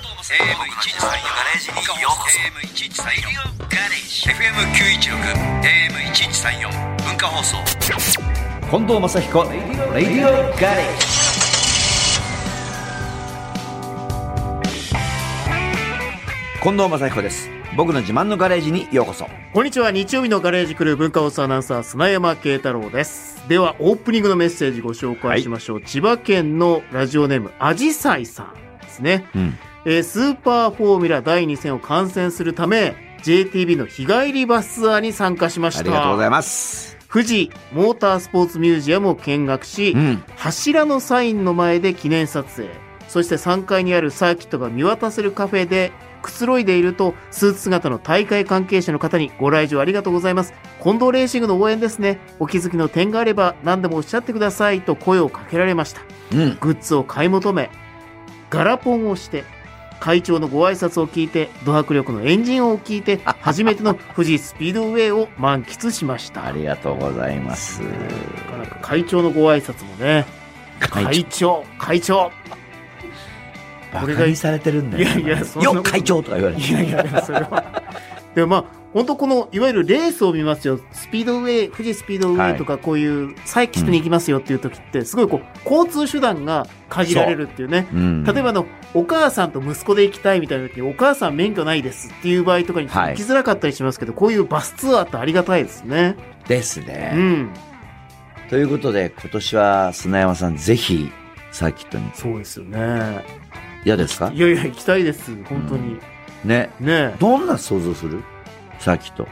AM113 ガレージにようこそ AM113 ガレージ FM916 AM1134 文化放送近藤正彦レディオガレージ近藤正彦です僕の自慢のガレージにようこそこんにちは日曜日のガレージクルー文化放送アナウンサー砂山慶太郎ですではオープニングのメッセージご紹介しましょう、千葉県のラジオネームあじさいさんですね、うんえースーパーフォーミュラ第2戦を観戦するため JTB の日帰りバスツアーに参加しましたありがとうございます富士モータースポーツミュージアムを見学し、うん柱のサインの前で記念撮影そして3階にあるサーキットが見渡せるカフェでくつろいでいるとスーツ姿の大会関係者の方にご来場ありがとうございます近藤レーシングの応援ですねお気づきの点があれば何でもおっしゃってくださいと声をかけられましたうんグッズを買い求めガラポンをして会長のご挨拶を聞いてド迫力のエンジン音を聞いて初めて の富士スピードウェイを満喫しましたありがとうございますなんか会長のご挨拶もね会長会長バこカれがにされてるんだよいやいやそんなことよっ会長とか言われていやいやそれはでもまあ本当このいわゆるレースを見ますよスピードウェイ富士スピードウェイとかこういうサイキットに行きますよっていう時ってすごいこう交通手段が限られるっていうねうん例えばあのお母さんと息子で行きたいみたいな時にお母さん免許ないですっていう場合とかにはい行きづらかったりしますけど、こういうバスツアーってありがたいですね。ですうね、ん、ということで今年は砂山さんぜひサーキットにそうですよね。嫌ですかいやいや行きたいです本当に、ねねどんな想像するサーキット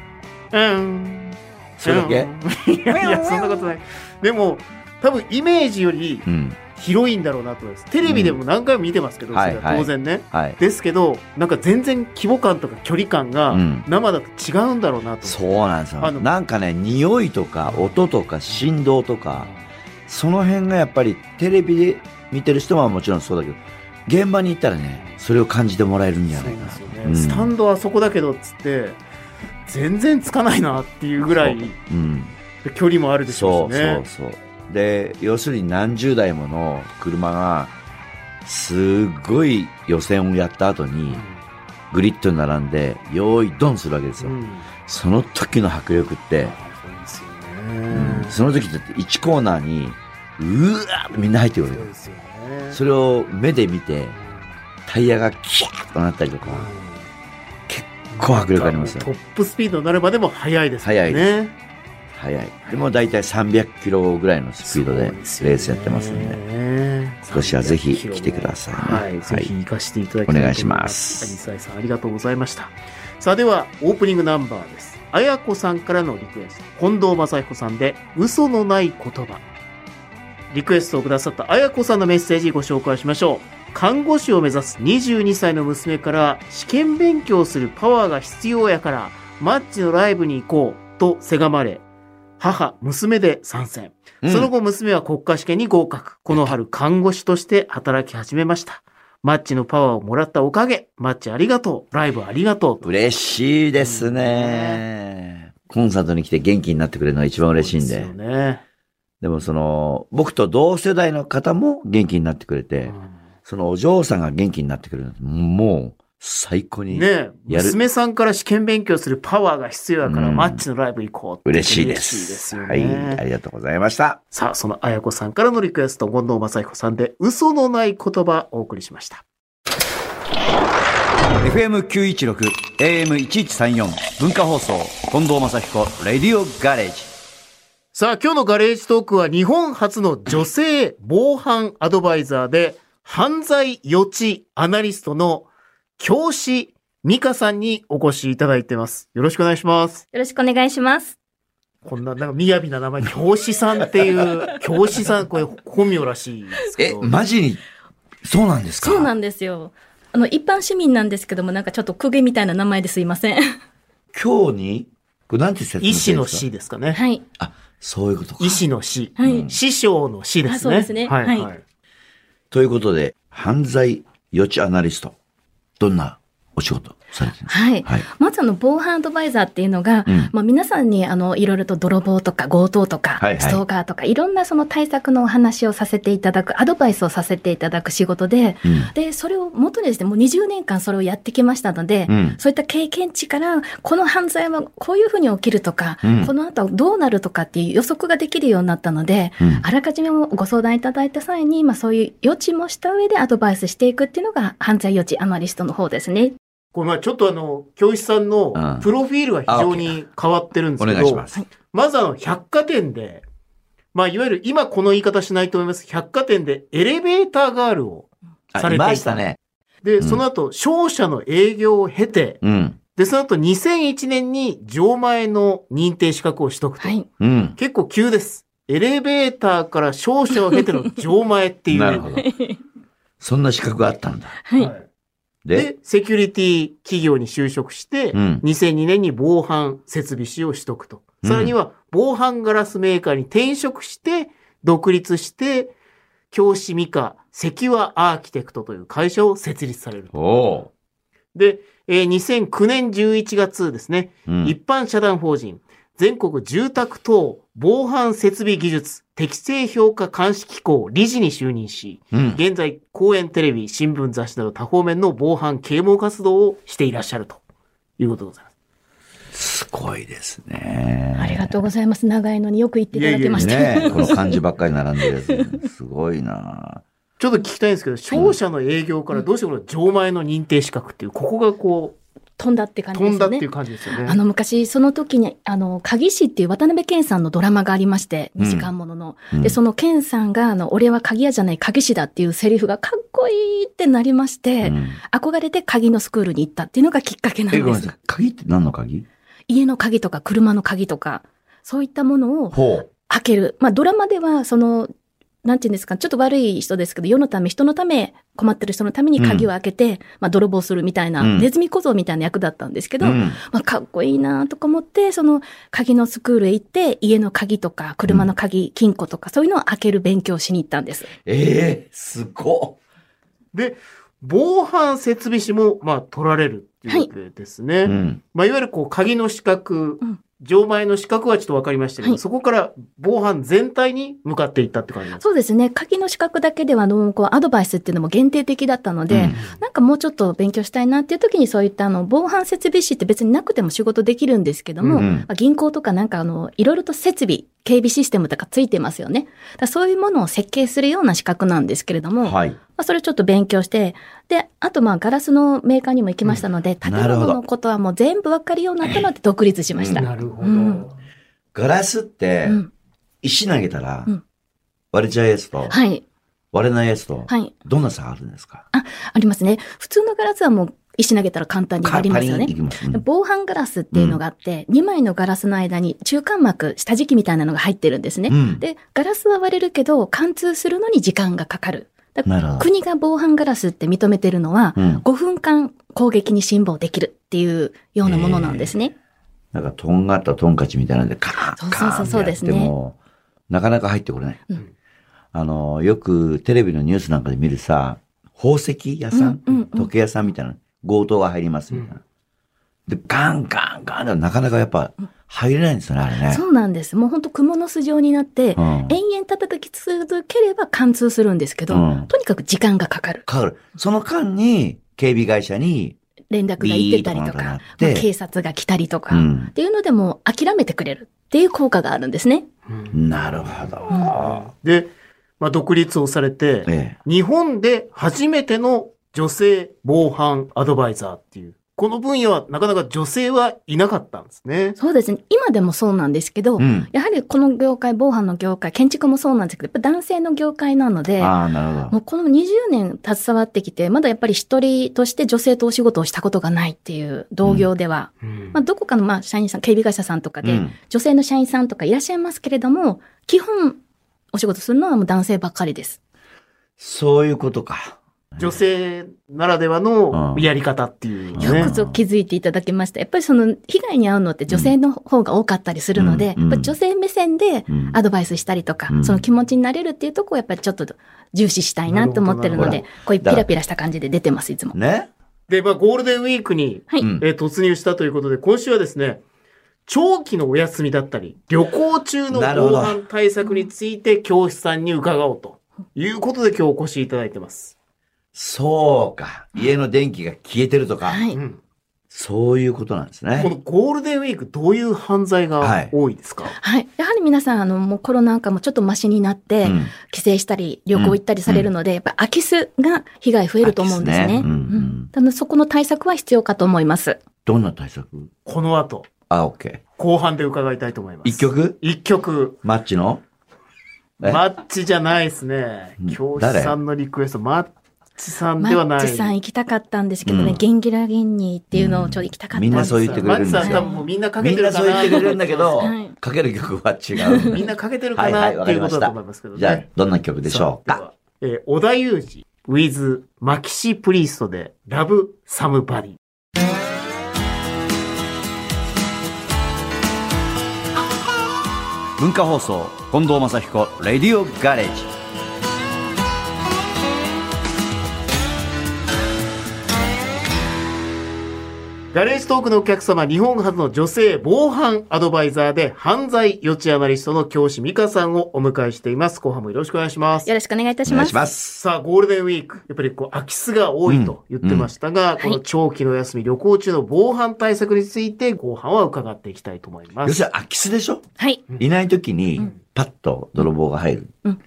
え。うんそれだけうんいやいやそんなことないでも多分イメージよりうん広いんだろうなと思いますテレビでも何回も見てますけど、うんそれは当然ね、はいですけどなんか全然規模感とか距離感がうん生だと違うんだろうなと思そうなんですよあのなんかね匂いとか音とか振動とかその辺がやっぱりテレビで見てる人はもちろんそうだけど現場に行ったらねそれを感じてもらえるんじゃそうないかでなすよね、うんスタンドはそこだけどっつって全然つかないなっていうぐらいうん距離もあるでしそょううしねそうそうで要するに何十台もの車がすごい予選をやった後にグリッドに並んで用意ドンするわけですよ、うんうんその時の迫力って、そうですようんね、その時だって1コーナーにうわーってみんな入ってくるそうですよねそれを目で見てタイヤがキャーッとなったりとかうん結構迫力ありますトよップスピードになるまでも速いですもんね。速いで速いでも大体300キロぐらいのスピードでレースやってますんでで。今年はぜひ来てくださいねはい、はいぜひ行かせていただきたいと思おいます。願いしますアジサイさんありがとうございました。さあではオープニングナンバーです。あやこさんからのリクエスト。近藤正彦さんで嘘のない言葉。リクエストをくださったあやこさんのメッセージご紹介しましょう。看護師を目指す22歳の娘から試験勉強するパワーが必要やからマッチのライブに行こうとせがまれ、母、娘で参戦。うんその後、娘は国家試験に合格。この春、看護師として働き始めました。マッチのパワーをもらったおかげ、マッチありがとう、ライブありがとうと。嬉しいですねコンサートに来て元気になってくれるのが一番嬉しいんでそうですよね。でもその僕と同世代の方も元気になってくれて、そのお嬢さんが元気になってくれるのもう最高うにんねえ、やる娘さんから試験勉強するパワーが必要やから、うんマッチのライブ行こうって嬉しいです嬉しいですよはいね。ありがとうございましたさあ、そのあやこさんからのリクエスト、近藤正彦さんで、嘘のない言葉をお送りしました。 FM916 AM1134 文化放送近藤正彦レディオガレージさあ、今日のガレージトークは日本初の女性防犯アドバイザーで、犯罪予知アナリストの教師美香さんにお越しいただいてます。よろしくお願いします。よろしくお願いします。こんな、なんか、雅な名前、教師さんっていう、教師さん、これ、本名らしいですけえど。マジにそうなんですかそうなんんですよ。あの、一般市民なんですけども、なんかちょっと公家みたいな名前ですい ません。今日にこれなんて説明医師のしてるん師でですかね。はい。すかあそういうことか医師の師。はい。うん師匠の師ですね。あそうですねはい、はい。はということで犯罪予知アナリストどんなお仕事最近。はい。はい。まずあの、防犯アドバイザーっていうのが、うんまあ皆さんにあの、いろいろと泥棒とか強盗とか、はいはいストーカーとか、いろんなその対策のお話をさせていただく、アドバイスをさせていただく仕事で、うん。で、それを元にですね、もう20年間それをやってきましたので、うんそういった経験値から、この犯罪はこういうふうに起きるとか、うんこの後どうなるとかっていう予測ができるようになったので、うんあらかじめもご相談いただいた際に、まあそういう予知もした上でアドバイスしていくっていうのが、犯罪予知アナリストの方ですね。これまあちょっとあの、教師さうんのんプロフィールが非常に変わってるんですおけど、願いします。まずあの、百貨店で、まあいわゆる今この言い方しないと思います。百貨店でエレベーターガールを。さあ、れていいたましたね。で、んその後、商社の営業を経て、うん。で、その後2001年に錠前の認定資格を取得と。はい。うん。結構急です。エレベーターから商社を経ての錠前ってい う。なるほど。そんな資格があったんだ。はい。はいで、で、セキュリティ企業に就職して、うん2002年に防犯設備士を取得と。うんさらには、防犯ガラスメーカーに転職して、独立して、教師ミカ、セキュアアーキテクトという会社を設立される。おおで、えー2009年11月ですね、ー。うん一般社団法人、全国住宅等防犯設備技術適正評価監視機構理事に就任し、うん。現在、公演、テレビ、新聞、雑誌など多方面の防犯啓蒙活動をしていらっしゃるということでございます。すごいですね。ありがとうございます。長いのによく言っていただきました。ねえこの漢字ばっかり並んでるやつ。すごいなちょっと聞きたいんですけど、商社の営業からどうしてこの錠前の認定資格っていう、ここがこ飛んだってう、感じ飛でんすだっよてねいう。感じですよあね。の昔、その時に、あの、鍵師っていう渡辺謙さんのドラマがありまして、うん2時間ものの。うんで、その謙さんが、あの、俺は鍵屋じゃない鍵師だっていうセリフがかっこいいってなりまして、うん憧れて鍵のスクールに行ったっていうのがきっかけなんえ、ごめんでなすさ。い。鍵って何の鍵家の鍵とか車の鍵とか、そういったものをほう。開ける。まあ、ドラマでは、その、なんていうんですか、ちょっと悪い人ですけど、世のため、人のため、困ってる人のために鍵を開けて、まあ、泥棒するみたいな、うんネズミ小僧みたいな役だったんですけど、うんまあ、かっこいいなとか思って、その鍵のスクールへ行って、家の鍵とか、車の鍵、金庫とか、そういうのを開ける勉強をしに行ったんです。ええすごで、防犯設備士も、まあ、取られるっていうことですね。っうん。まあ、いわゆるこう、鍵の資格うん、錠前の資格はちょっとわかりましたけど、はいそこから防犯全体に向かっていったって感じなんですかそうですね。鍵の資格だけでは、あの、こう、アドバイスっていうのも限定的だったので、うんなんかもうちょっと勉強したいなっていう時にそういったあの防犯設備士って別になくても仕事できるんですけども、うんうんまあ銀行とかなんかあのいろいろと設備、警備システムとかついてますよね。だからそういうものを設計するような資格なんですけれども、まはい。あ、それちょっと勉強して、で、あとまあガラスのメーカーにも行きましたので、建なるほ物どのことはもう全部わかるようになったので独立しました。うなるほど。うんガラスってう、ん石投げたらうん、割れちゃうやつと、はい。割れないやつと、はい。どんな差あるんですかありますね。普通のガラスはもう石投げたら簡単に割りますよねい。きます。うん防犯ガラスっていうのがあって、2枚のガラスの間に中間膜、下敷きみたいなのが入ってるんですね。うん。で、ガラスは割れるけど、貫通するのに時間がかかる。だなるほど国が防犯ガラスって認めてるのは、うん。 5分間攻撃に辛抱できるっていうようなものなんですね。なんか、とんがったトンカチみたいなんで、カーンカーンそうそうそうそうですねってやってもなかなか入ってこれない。うんあの、よくテレビのニュースなんかで見るさ、宝石屋さん、うんうんうん時計屋さんみたいな、強盗が入りますみたいな。で、ガンガンガンでもなかなかやっぱ入れないんですよね、あれね。そうなんです。もう本当蜘蛛の巣状になって、うん延々叩き続ければ貫通するんですけど、うんとにかく時間がかかる。かかる。その間に、警備会社に、連絡が行ってたりとビーッとか、なまっあて警察が来たりとか、うっん。ていうのでもう諦めてくれるっていう効果があるんですね。うんなるほど。で、まあ、独立をされて、ええ。日本で初めての女性防犯アドバイザーっていう。この分野はなかなか女性はいなかったんですね。そうですね。今でもそうなんですけど、うん。やはりこの業界、防犯の業界、建築もそうなんですけど、やっぱ男性の業界なので、ああ、なるほもど。うこの20年携わってきて、まだやっぱり一人として女性とお仕事をしたことがないっていう同業では、まあ、どこかのまあ社員さん、警備会社さんとかうで、ん女性の社員さんとかいらっしゃいますけれども、基本、お仕事するのはもう男性ばっかりです。そういうことか。女性ならではのうんやり方っていううのんよねく。ぞ気づいていただきました。やっぱりその被害に遭うのって女性の方が多かったりするので、うんやっぱり女性目線でうんアドバイスしたりとか、うんその気持ちになれるっていうところをやっぱりちょっと重視したいなと思ってるなのるでほ、こういうだかピらラピラした感じで出てます、いつも。ねで、まあ、ゴールデンウィークに、はい。うんえー突入したということで、今週はですね、長期のお休みだったり、旅行中のなるほど防犯対策について教師さんに伺おうということで今日お越しいただいてます。そうか。家の電気が消えてるとか、はうい。ん、そういうことなんですこのね。ゴールデンウィーク、どういう犯罪が多いですか、はい。やはり皆さん、あの、もうコロナ禍もちょっとマシになって、うん帰省したり、旅行行ったりされるので、やっぱ空き巣が被害増えると思うんですね。空き巣ねうんうんうんあのそこの対策は必要かと思います。どんな対策この後、あ、オッケ後半で伺いたいと思いまー。す。一曲一曲。マッチのえマッチじゃないですねうん。教師さんのリクエスト、マッチさんではない。マッチさん行きたかったんですけどね、うんゲンギラゲンニーっていうのをちょっと行きたかったみんなそういう。言ってくれるんですよマッチさん多分もうみんなかけみてんなるかそな。う言ってくれるんだけどはい、かける曲は違うんみんだ。なかけてるはかいは、ないっわてかいりましうことだと思たいますけど。ね。じゃあ、どんな曲でしょうさかあ。ではえー、小田裕二 with マキシプリーストで Love Somebody。文化放送、近藤正彦、レディオガレージ。ガレージトークのお客様、日本初の女性防犯アドバイザーで犯罪予知アナリストの教師美香さんをお迎えしています。後半もよろしくお願いしますよ。ろしくお願いいたしお願まいす。します。さあ、ゴールデンウィーク、やっぱりこう空き巣が多いと言ってましたが、んこの長期のお休み、旅行中の防犯対策について、後半は伺っていきたいと思いま要す。するに空き巣でしょはい。いない時うにん、パッと泥棒が入るうん。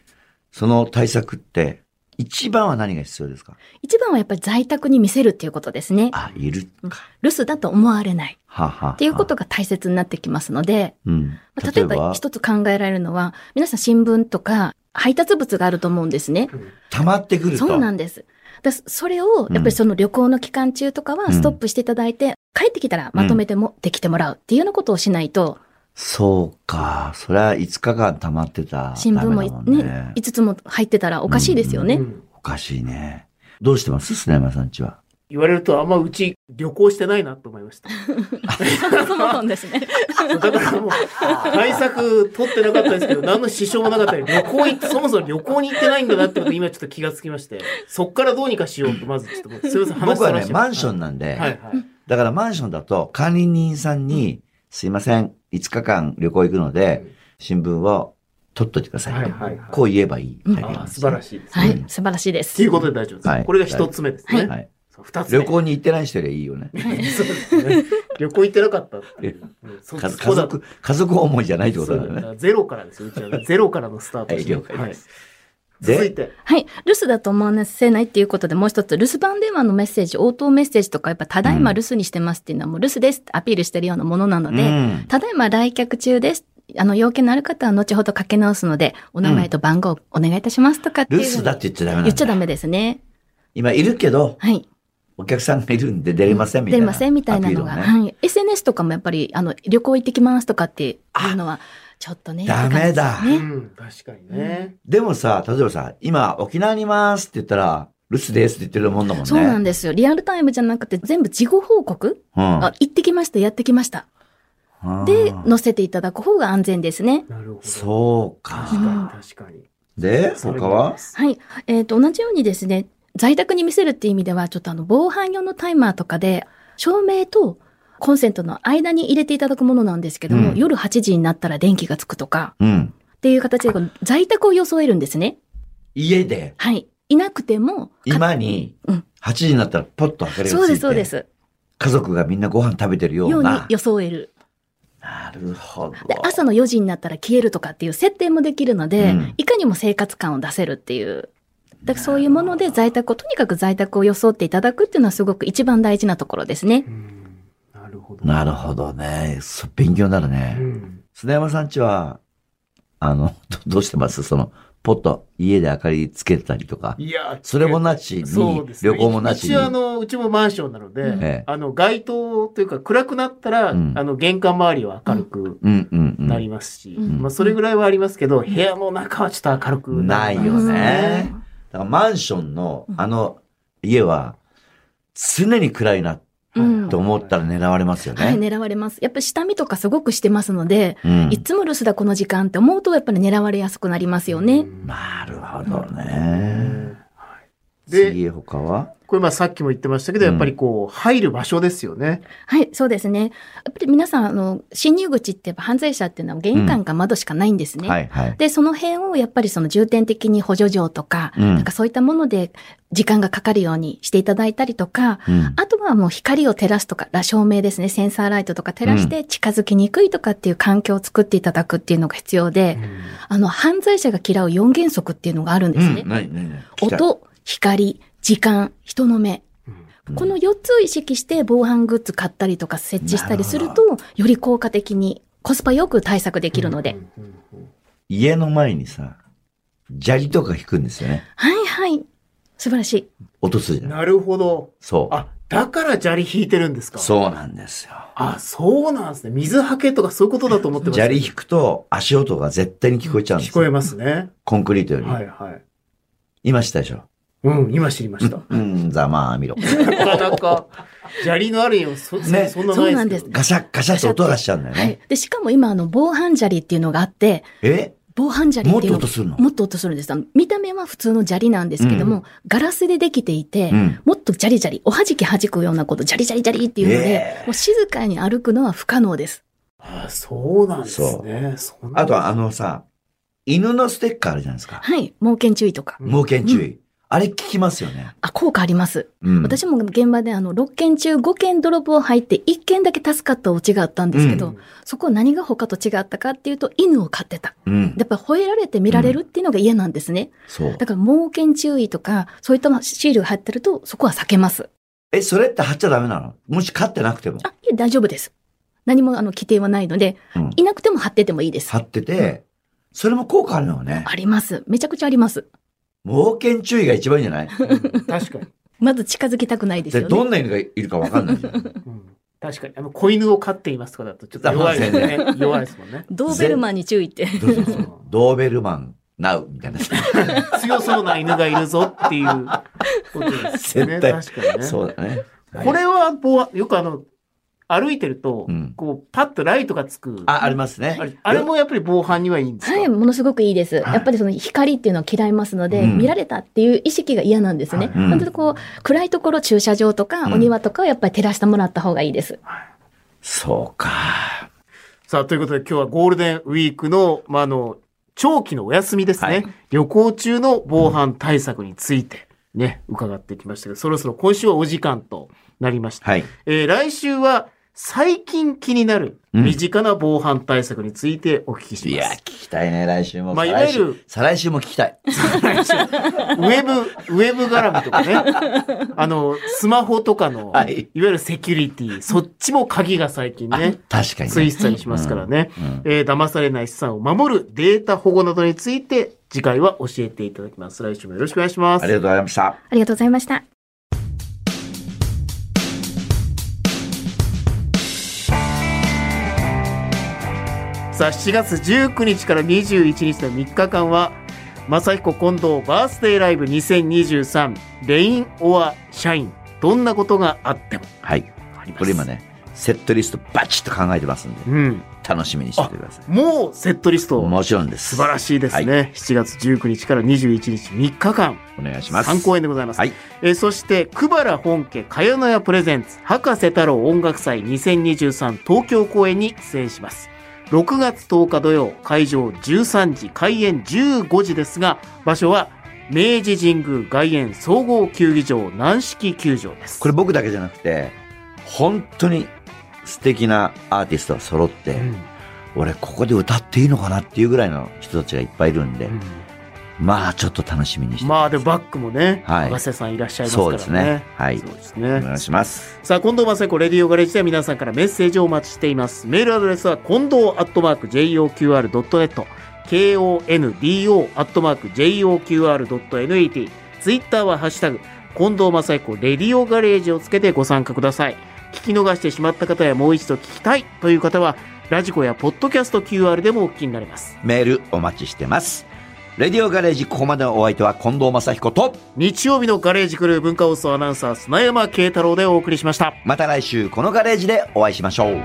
その対策って、一番は何が必要ですか一番はやっぱり在宅に見せるっていうことですね。あ、いるか。留守だと思われないはあはあはあ。っていうことが大切になってきますので、うん。まあ例えば一つ考えられるのは、皆さん新聞とか配達物があると思うんですね。溜まってくると。そうなんです。だそれを、やっぱりその旅行の期間中とかうんはストップしていただいて、帰ってきたらまとめてもできてもらうっていうようなことをしないと、そうか。それは5日間溜まってた。新聞ダもメだんね、5つも入ってたらおかしいですよね。うんおかしいね。どうしてます砂山さんちは。言われると、あんまうち旅行してないなと思いました。 そうなんですね。だからもう、対策取ってなかったですけど、何の支障もなかったり、旅行行って、そもそも旅行に行ってないんだなってことに今ちょっと気がつきまして、そっからどうにかしようと、まずちょっともう、すいません、話僕はね、してマましたンションなんで、はいはい。だからマンションだと管理人さんに、すいません、5日間旅行行くので、新聞を取っといてくださいと。はいはいはいこう言えばいいだけなんああ、です素よ。晴らしいです。はういん、素晴らしいでといすう。ことで大丈夫です。はいこれが一つ目ですね。はい。そう二つ目旅行に行ってない人よりいいよね。 そうですね。旅行行ってなかったっていう。うんそ家そ家うだ族、家族思いじゃないってことだよそうだね。よゼロからですよ。うちはねゼロからのスタートしてはい了解ですはい続でいて。はい。留守だと思わせないっていうことで、もう一つ、留守番電話のメッセージ、応答メッセージとか、やっぱ、ただいま留守にしてますっていうのは、もう留守ですってアピールしてるようなものなので、うんただいま来客中です。あの、要件のある方は後ほどかけ直すので、お名前と番号お願いいたしますとかってい留う。守だって言っちゃダメなんだ。言っちゃダメですね。今いるけど、はい。お客さんがいるんで出れませんみた出いな。ませんみたいなのが。アピールをねはい。SNS とかもやっぱり、あの、旅行行ってきますとかっていうのは、ちょっとね。ダメだって感じでうすねん、確かにね。でもさ、例えばさ、今沖縄にいますって言ったら、留守ですって言ってるもんだもんね。そうなんだ。ですよ。リアルタイムじゃなくて、全部事後報告、あ、行ってきました、やってきました。うん。で、うん載せていただく方が安全ですね。なるほど。そう確か。かに、確かに。で、他ははい。えっ、と、同じようにですね、在宅に見せるっていう意味では、ちょっとあの、防犯用のタイマーとかで、照明とコンセントの間に入れていただくものなんですけども、うん夜8時になったら電気がつくとか、うん。っていう形でこう、在宅を装えるんですね。家で、はい。いなくても、か今にうん、 8時になったらポッと明かりがついてそうです、そうで。す。家族がみんなご飯食べてるよよううにな。装える。なるほど。で、朝の4時になったら消えるとかっていう設定もできるので、うんいかにも生活感を出せるっていう。だからそういうもので在宅を、とにかく在宅を装っていただくっていうのはすごく一番大事なところですねう。ん、なるほど。なるほどね。そ勉強になるうね。ん。砂山さんちは、あの、どどうしてますその、ポッと家で明かりつけたりとか。いや、それもなしに、そうですね旅行もなしに一。応あの、うちもマンションなので、うんええあの、街灯というか暗くなったら、うんあの、玄関周りは明るくうんうんう。なんりますし、うんまあ、それぐらいはありますけど、部屋の中はちょっと明るくないよですね。だからマンションのあの家は常に暗いなうんと思ったら狙われますよね。はい、狙われます。やっぱり下見とかすごくしてますので、うんいつも留守だこの時間って思うと、やっぱり狙われやすくなりますよね。うんなるほどね。で次、他はこれまあさっきも言ってましたけど、うんやっぱりこう、入る場所ですよね。はい、そうですね。やっぱり皆さん、あの、侵入口ってやっぱ犯罪者っていうのは玄関か窓しかないんですね。はいはい。で、その辺をやっぱりその重点的に補助状とか、うんなんかそういったもので時間がかかるようにしていただいたりとか、うんあとはもう光を照らすとか、ら照明ですね、センサーライトとか照らして近づきにくいとかっていう環境を作っていただくっていうのが必要で、あの、犯罪者が嫌う4原則っていうのがあるんですね。ないないない音、光、時間、人の目。この4つを意識して防犯グッズ買ったりとか設置したりするなと、より効果的にコスパよく対策できるので。うんうんうん家の前にさ、砂利とか引くんですよね。はいはい。素晴らしい。落とすじうゃんん。なるほど。そう。あ、だから砂利引いてるんですかそうなんですよ。あ、そうなんですね。水はけとかそういうことだと思ってました。砂利引くと足音が絶対に聞こえちゃうんです聞こえよ。ますね。コンクリートより。はいはい。いましたでしょ。うん、今知りました。うん、ざまあ見ろ。なかなか、砂利のある家もそ,、ねそんなそうなないんでですすけど。ガシャッガシャッと音がしちゃうんだよはいね。。で、しかも今、あの、防犯砂利っていうのがあって、え防犯砂利もっっていとうの音するのもっと音するんです。あの見た目は普通の砂利なんですけども、うんガラスでできていて、うん。もっとジャリジャリ、おはじきはじくようなこと、ジャリジャリジャリっていうので、ええもう静かに歩くのは不可能です。あ、そうなんですね。そんなあとはあのさ、犬のステッカーあるじゃないですか。はい。猛犬注意とか。うん猛犬注意。あれ効きますよね。あ、効果あります。うん。私も現場であの、6件中5件泥棒入って1件だけ助かったお家があったんですけど、うんそこは何が他と違ったかっていうと、犬を飼ってた。うん。やっぱ吠えられて見られるっていうのが嫌なんですね。そうだ。から、猛犬注意とか、そういったシールが貼ってると、そこは避けます。え、それって貼っちゃダメなのもし飼ってなくても。あ、いえ、大丈夫です。何もあの、規定はないので、うんいなくても貼っててもいいです。貼ってて、それも効果あるのよね。あります。めちゃくちゃあります。猛犬注意が一番いいんじゃないうん確かに。まず近づきたくないですでよどね。んな犬がいるかわかんないじゃ ん。うん確かに。あの、子犬を飼っていますとかだと、ちょっと弱いですね。弱いですもんね。ドーベルマンに注意って。そうそうそうドーベルマン、ナウみたいな。強そうな犬がいるぞっていうことですよね。絶対確かにね。そうだね。これは、ぼよくあの、歩いてると、うんこう、パッとライトがつく。あ、ありますねあ。れあれもやっぱり防犯にはいいんですかはい、ものすごくいいです。やっぱりその光っていうのは嫌いますので、うん見られたっていう意識が嫌なんですね。はいうん本当にこう、暗いところ、駐車場とか、うんお庭とかをやっぱり照らしてもらった方がいいです。そうか。さあ、ということで今日はゴールデンウィークの、まあ、あの、長期のお休みですね、はい旅行中の防犯対策についてね、伺ってきましたけど、そろそろ今週はお時間となりました。はい。えー来週は最近気になるうん身近な防犯対策についてお聞きしいやま、聞 きたいね、来週も。まあ再来週いわゆる再来週も聞きたい。す。ウェブ、ウェブ絡みとか ね、あの、スマホとかの、、はいいわゆるセキュリティ、そっちも鍵が最近ね、確かにね。ついしたりしますからね。うんえー騙されない資産を守るデータ保護などについて次回は教えていただきます。来週もよろしくお願いしまあすり。がとうございました。ありがとうございました。さあ、7月19日から21日の3日間は、正彦近藤バースデーライブ2023レインオアシャインどんなことがあってもはい。あります。これ今。ね、セットリストバチッと考えてますんで、うん。楽しみにしててください。もうセットリストもちろんです。素晴らしいですね。7月19日から21日3日間お願いします。 3公演でございます。はい。えーそして、久原本家かよのやプレゼンツ博士太郎音楽祭2023東京公演に出演します。6月10日土曜、会場13時、開演15時ですが、場所は明治神宮外苑総合球技場軟式球場です。これ僕だけじゃなくて、本当に素敵なアーティストが揃って、うん俺ここで歌っていいのかなっていうぐらいの人たちがいっぱいいるんで、うまあちょっと楽しみにしてんまあ、で、バックもね、はい博士さんいらっしゃいますからそうね。ですね。はい。そうですおね。願いします。さあ、近藤正彦レディオガレージでは皆さんからメッセージをお待ちしています。メールアドレスは、近藤アットマーク JOQR.net、KONDO アットマーク JOQR.net、ツイッターはハッシュタグ、近藤正彦レディオガレージをつけてご参加ください。聞き逃してしまった方やもう一度聞きたいという方は、ラジコやポッドキャスト QR でもお聞きになれます。メールお待ちしてます。レディオガレージ、ここまでのお相手は近藤正彦と、日曜日のガレージクルー文化放送アナウンサー、砂山慶太郎でお送りしました。また来週このガレージでお会いしましょう。